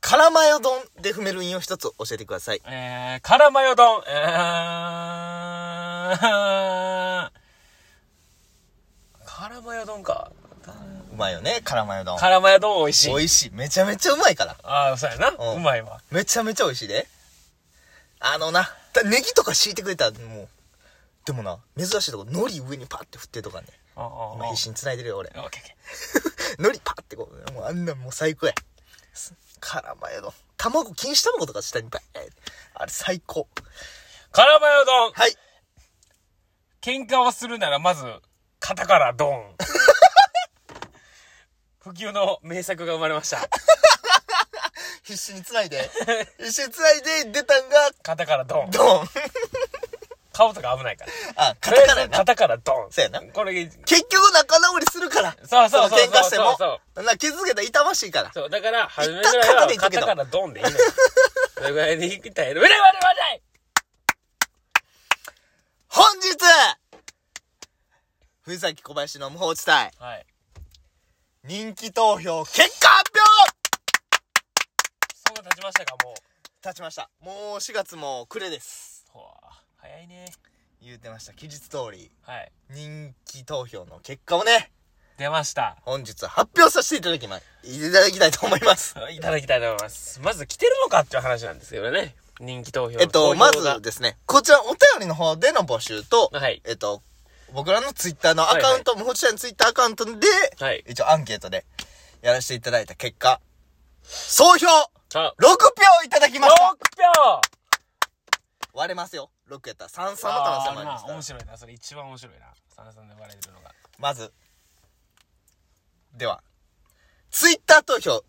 辛マヨ丼で踏める韻を一つ教えてください。えー、辛マヨ丼、えー、辛マヨ丼か。うまいよね、辛マヨ丼。辛マヨ丼美味しい。美味しい。めちゃめちゃうまいから。ああ、そうやな。うんうまいわ。めちゃめちゃ美味しいで。あのな、だネギとか敷いてくれたらもう、でもな、珍しいとこ、海苔上にパッて振ってるとかね。ああ、あ今必死に繋いでるよ、俺。 あ。オッケーオッケー。海苔パッてこう、もうあんなんもう最高や。辛マヨ丼。卵、錦糸卵とか下にバーってあれ最高。辛マヨ丼、はい。喧嘩をするならまず、肩からド ン。不及の名作が生まれま した。必死に繋い で。必死に繋いで出たんが、肩からドン。ドン。顔とか危ないから。あ、とカりタあカナえやずな。肩からドン。そうやなこれ、結局仲直りするから。そうそうそのうそう喧嘩してそうそも。な、傷つけたら痛ましいから。そう、だから、初めぐらい一は旦肩でいっとけ肩とからドンでいいのよ。それぐらいでいきたいの。うれわれわれ本日藤崎小林の無法地帯、はい。人気投票結果発表そんな経ちましたか、もう。立ちました。もう4月も暮れです。ほわ早いね。言うてました。期日通り、はい。人気投票の結果をね、出ました。本日発表させていただきま、いただきたいと思い ます。いただきたいと思います。まず来てるのかっていう話なんですけどね。人気投票。えっと、投票まがずですね、こちらお便りの方での募集と、はいえっと、僕らのツイッターのアカウント、無法地帯のツイッターアカウントで、はい。一応アンケートでやらせていただいた結果、総評さあ、 6票いただきま6した票割れますよ。6やったら3、3の可能性もありますーかなら面。白いな。それ一番面白いな。サナさんで笑えるのが。まず。では。ツイッター投票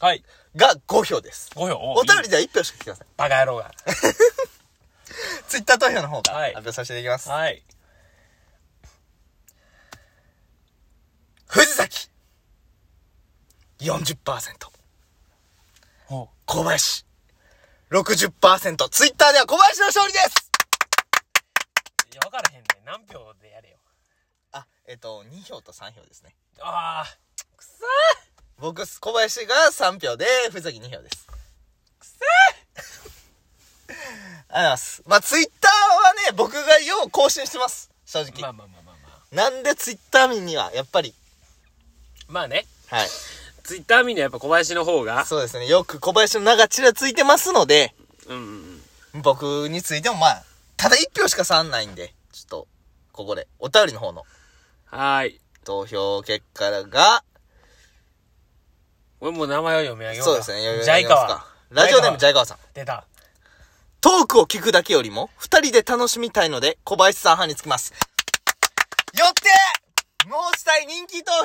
はい。が5票です。 5票。おお便りいいでは1票しか来てません。バカ野郎が。ツイッター投票の方からはい発表させていただきます。はい。藤崎。40%。ほ小林。60%。ツイッターでは小林の勝利ですう。いや、わからへんね。何票でやれよ。あ、えっと、2票と3票ですね。ああ。くそー僕、小林が3票で、藤崎2票です。くそありがとうございます。まあ、ツイッターはね、僕がよう更新してます。正直。ーまあまあまあまあまなあ。んでツイッター民には、やっぱり。まあね。はい。ツイッター見るのやっぱ小林の方が。そうですね。よく小林の名がちらついてますので、うんうんうん。僕についてもまあ、ただ1票しか差んないんで、ちょっと、ここで、お便りの方のはーい。投票結果が、俺もう名前を読み上げようかそうですね。よろしくおジャ願いイしカますワ。ラジオネームジャイガワさん。出た。トークを聞くだけよりも、二人で楽しみたいので、小林さん派につきます。よって、もうしたい人気投票、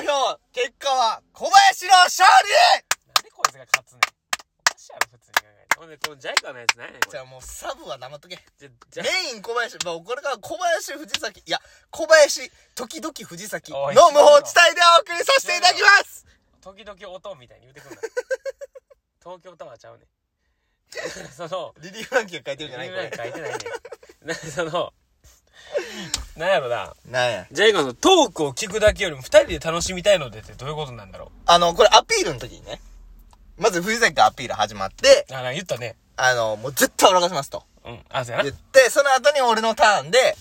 結果は、小林の勝利なんでこいつが勝つねん。おかしいやろ、普通に考えて。ほんで、このジャイカの やつ何やねん。こじれゃあもうサブは黙っとけ。じゃ、じメゃ、イン小林、まあ、これから小林藤崎、いや、小林、時々藤崎のおい無法地帯でお送りさせていただきます時々音みたいに言うてくん な。東京タワーちゃうねん。 その、リリー・フランキーが書いてるんじゃないみんこなれに。書いてないねん。な、その、なんやろな。なんや。ジャイカのトークを聞くだけよりも二人で楽しみたいのでってどういうことなんだろあの、これアピールの時にね、まず藤崎がアピール始まって、う。あ、なんか言ったね。あの、もう絶対笑かしますとうん。あ、そうや言なっ。て、その後に俺のターンで、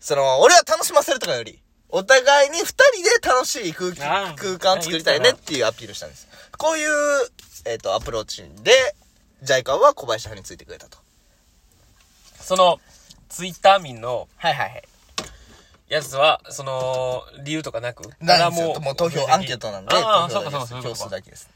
その、俺は楽しませるとかより、お互いに二人で楽しい空気、あー空間を作りたいねっていうアピールしたんです。こういう、えっ、と、アプローチで、ジャイカは小林派についてくれたと。その、ツイッター民のはいはいはい。やつは、その、理由とかなく。なんですただよ。もう投票アンケートなんで、投ああ、票そうだかけそですうかそう。か。票数だけです。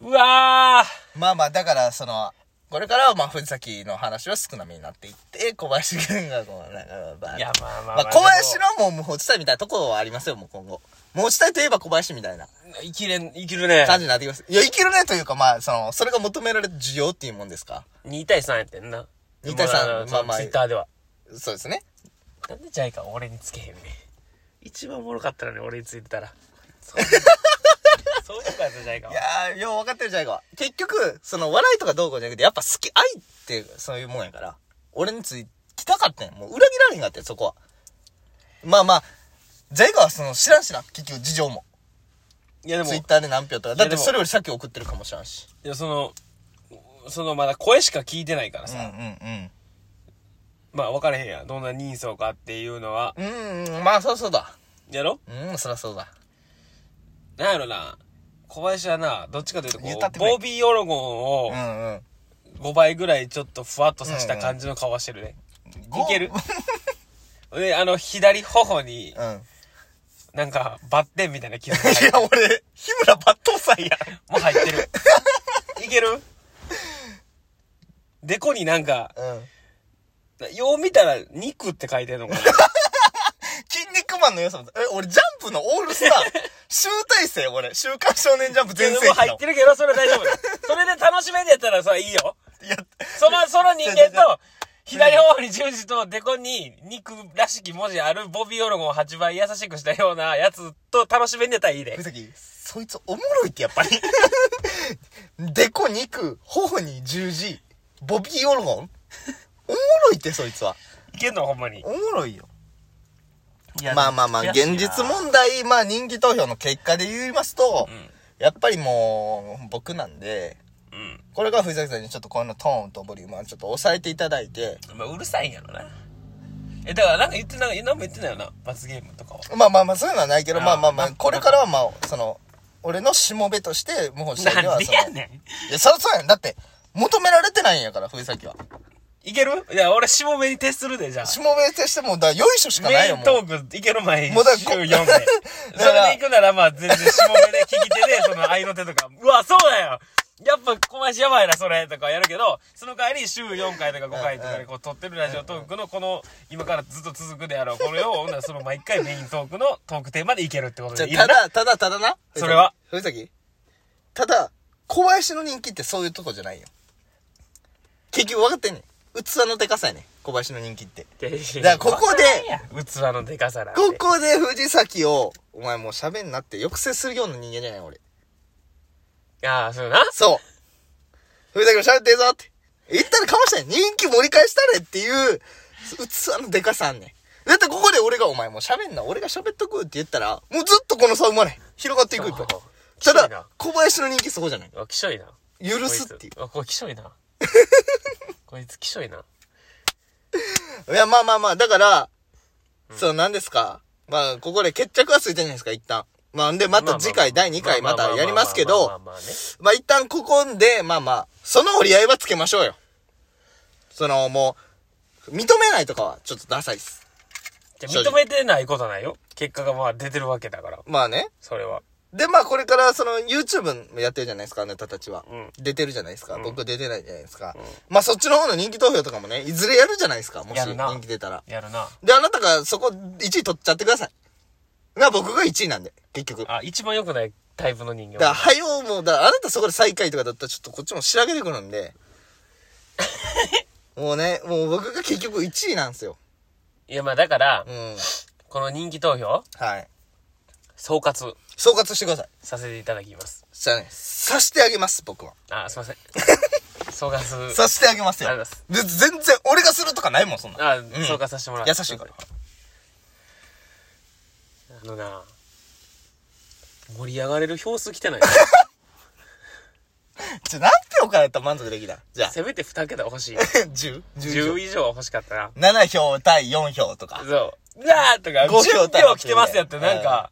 うわーまあまあ、だから、その、これからは、まあ、藤崎の話は少なめになっていって、小林君が、こう、なんか、まあ、いや、まあまあ、まあ、小林のもう無法地帯みたいなところはありますよ、もう今後。無法地帯といえば小林みたいな生きれん、生きるね。感じになってきます。いや、いけるねというか、まあ、その、それが求められる需要っていうもんですか。 2対3やってんな。 2対3ままああままああ。ツイッターでは。そうですね。なんでジャイカ俺につけへんねん一番おもろかったのに俺についてたら。そういうことやつジャイカいはやー、よう分かってるじゃないか。結局、その、笑いとかどうこうじゃなくて、やっぱ好き、愛って、そういうもんやから、俺についてきたかったんやもう裏切られへんかったよ、そこは。まあまあ、ジャイガはその、知らんしな、結局、事情も。いやでもツイッターで何票とか。だっいやてでもそれより先送ってるかもしれんし。いやそのそのまだ声しか聞いてないからうんうさ、んまあ分からへんやどんな人相かっていうのはうん。うん、まあ、そうそうだ。やろうん、そらそうだ。なんやろな小林はなどっちかというとこ言ったっうてくれボビー・オロゴンをんうん。 5倍ぐらいちょっとふわっとさした感じの顔してるね、いける であの左頬にうん。いなんかバッテンみたいな傷が入ってるや、俺、日村抜刀斎や。もう入ってる。 いけるデコになんか、うん。よう見たら肉って書いてるのかな。筋肉マンの良さも、え、俺、ジャンプのオールス ター、集大成、俺。週刊少年ジャンプ全盛もう期入のっ。てるけど、それ大丈夫だ。それで楽しめるやったらさ、いいよ。いや、その、その人 間と、左方に十字とデコに肉らしき文字あるボビーオロゴンを8倍優しくしたようなやつと楽しめんでたらいいで藤。崎、そいつおもろいってやっぱり。 でこ肉、頬に十字、ボビーオルゴンおもろいってそいつは。いけんのほんまに。おもろいよ。まあまあまあ、現実も問題、まあ人気投票の結果で言いますと、んやっぱりもう、僕なんで、うん。これから藤崎さんにちょっとこのトーンとボリュームはちょっと抑えていただいて、まあ、うるさいんやろな。え、だからなんか言って、なんか何も言ってないよな。罰ゲームとかは。まあまあまあ、そういうのはないけど、あーまあまあまあ、まあこれからはまあ、その、俺のしもべとして、もうしたいでなは、んでその、やねん。いや、そりゃそうやん。だって、求められてないんやから、藤崎は。いけるいや、俺、しもべに徹するで、じゃあ。しもべとしても、だからよいしょしかないメイよ、ンもう。トークいける前にもうだ週4名。だ そかられで行くなら、まあ、全然しもべで聞き手で、 その、愛の手とか、うわ、そうだよやっぱ、小林やばいな、それ、とかやるけど、その代わり、週4回とか5回とかで、こう、撮ってるラジオトークの、この、今からずっと続くであろう、これを、ほんならその、毎回メイントークのトークテーマでいけるってことじゃであいいたなだ、ただ、ただな。それは。藤崎。ただ、小林の人気ってそういうとこじゃないよ。結局分かってんねん。器のでかさやねん。小林の人気って。だだからここで、器のでかさなんてここで藤崎を、お前もう喋んなって抑制するような人間じゃない俺。ああ、そうな。そう。藤崎も喋ってえぞって。言ったらかもしれない。人気盛り返したれっていう、器のでかさあんねん。だってここで俺がお前もう喋んな、俺が喋っとくって言ったら、もうずっとこの差生まれへん。広がっていく一方あー。たきついだな、小林の人気そこじゃない。うわ、きしょいな。許すっていこいつあ、これきしょいな。こいつきしょい な。う。いや、まあまあまあ、だから、そう、なんですか。まあ、ここで決着はついてるんですか、一旦。まあ、んで、また次回、第2回、またやりますけまあど、まあまあまあまあまあまあねまあ、一旦ここんで、まあまあ、その折り合いはつけましょうよ。その、もう、認めないとかは、ちょっとダサいっす。じゃあ認めてないことはないよ。結果がまあ出てるわけだから、まあね。それは。で、まあ、これから、その、YouTube もやってるじゃないですか、あなたたちは。うん出てるじゃないですか。僕出てないじゃないですか。まあ、そっちの方の人気投票とかもね、いずれやるじゃないですか、もしやるな人気出たら。やるな。で、あなたがそこ1位取っちゃってください。が僕が1位なんで、結局。だかあ、一番良くないタイプの人間ら、は。はようもう、だからあなたそこで最下位とかだったらちょっとこっちも仕上げてくるん で。もうね、もう僕が結局1位なんですよ。いやまあだからう、ん。この人気投票、はい。総括総括してください。させていただきます。じゃあね、さしてあげます、僕は。あ、すい ません。総括。さしてあげますよありがとう。で全然、俺がするとかないもん、そんな。あ、ん総括させてもらう。優しいから。あのな、盛り上がれる票数来てない。 じゃ、何票からやったら満足できたじゃあ、せめて2桁欲しい。 10?10 10以上は欲しかったな。 7票対4票とか。そう。なあとか、五票10対票来てますやって、なんか、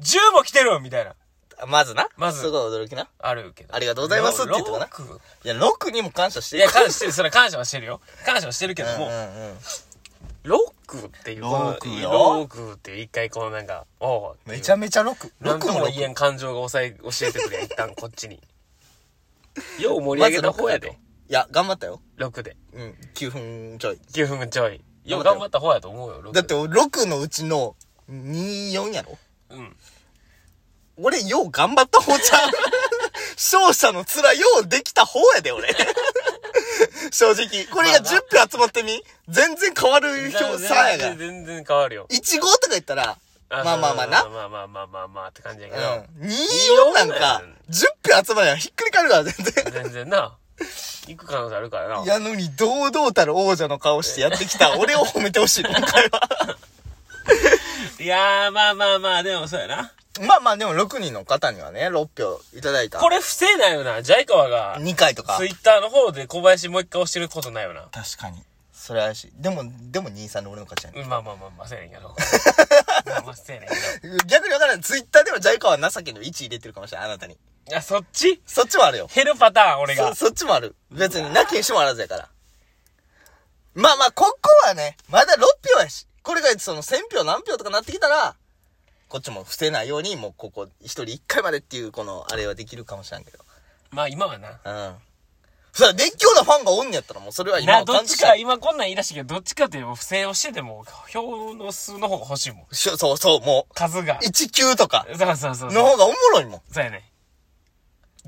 10も来てるみたいな。まずな。まずすごい驚きな。あるけど。ありがとうございますって言っとかなロロックいや、6にも感謝しているや、感謝してる、それは感謝はしてるよ。感謝はしてるけども、うんうんうん。ロックっていう、このロックよロックっていう一回このなんか、おうめちゃめめちゃ6。なんと6もも言え6。ん感情が抑え、教えてくれ、一旦こ っちに。よう盛り上げた方やまずいで、や、頑張ったよ。ロックで。うん、9分ちょい。 9分ちょい。よう頑張った方やと思うよ、ロッだク。って、6のうちの24やろうん。俺、よう頑張った方ち ゃう勝者の面、ようできた方やで、 俺。正直。これがまあ10票集まってみ全然変わる票さや全が。然全然変わるよ。 1号とか言ったら、まあまあまあな。まあまあまあまあまあって感じやけど。うん。24なんか、10票集まりゃひっくり返るから、全然。全然な。行く可能性あるからな。やのに堂々たる王者の顔してやってきた俺を褒めてほしい、今回は。いやー、まあまあまあ、でもそうやな。まあまあでも6人の方にはね、6票いただいた。これ不正ないよな、ジャイカワが。 2回とかツ。イッターの方で小林もう一回押してることないよな。確かに。それ怪しい。でも、でも23の俺の勝ちやね。うんまあまあまあまあ、せや ねんけど。まあまあ、せやねんけ逆にわからない。ツイッターでもジャイカは情けの位置入れてるかもしれない。あなたに。ど。あ、そっちそっちもあるよ。減るパターン、俺がそ。そっちもある。別に、なきにしもあらずやから。まあまあ、ここはね、まだ6票やし。これがその1000票何票とかなってきたら、こっちも伏せないように、もうここ一人一回までっていう、この、あれはできるかもしれんけど。まあ今はな。うん。そら、熱狂なファンがおんねやったら、もうそれは今な、はどっ感じちたか、い。今こんなん言い出したけど、どっちかっていうと不正をしてても、票の数の方が欲しいもん。しょそうそう、も数がう、。19とか、そうそうそう。の方がおもろいもん。そうやね。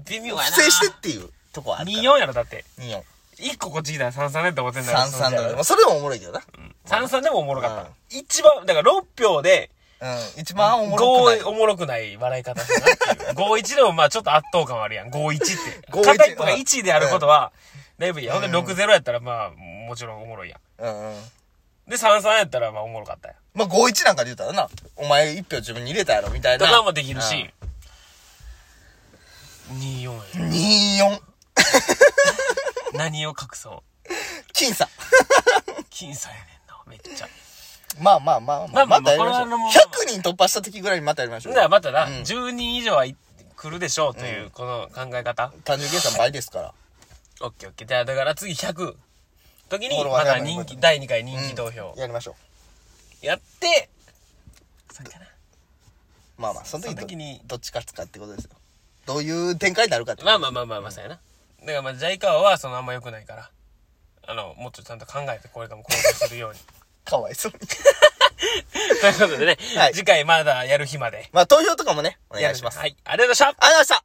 微妙やな。不正してっていうとこはあるから。 24やろ、だって。 24。一個こっち来たら33やと思ってんだ三三だね。まあそれもおもろいけどな。 33でもおもろかった。うん一番、だから6票で、うん。一番おもろくない5、お。もろくない笑い方だなっていう。5-1でもまあちょっと圧倒感はあるやん。5-1って。 5-1片一方が1であることは、だいぶいいやん。ほんで6-0やったらまあ、もちろんおもろいやうんうん。ん。で、33やったらまあおもろかったやん。まあ、51なんかで言ったらな、お前1票自分に入れたやろ、みたいとな。かもできるし。24や。うん。24。何を隠そ僅差。 う。僅差やねんな、めっちゃ。まあまあまあまあまあまたやりましょう。これはもう100人突破した時ぐらいにまたやりましょう。だからまたな、うん10人以上はい来るでしょうという、この考え方。単純計算倍ですから。オッケーオッケー。じゃあ、だから次100。時こに、れまはたね人こ気、れ第2回人気投票うん。やりましょやって、それかな。う。まあまあ、その時その時ににどっち勝つかってことですよ。どういう展開になるかって。まあまあまあまあまあ、そうやな。だからまあ、ジャイカワはそのあんま良くないから、あの、もっとちゃんと考えてこれからも行動するように。かわいそうに。 ということでね、はい次回まだやる日までまあ、投票とかもね、おや願いるします。ありはい、ありがとうございがましたとうございました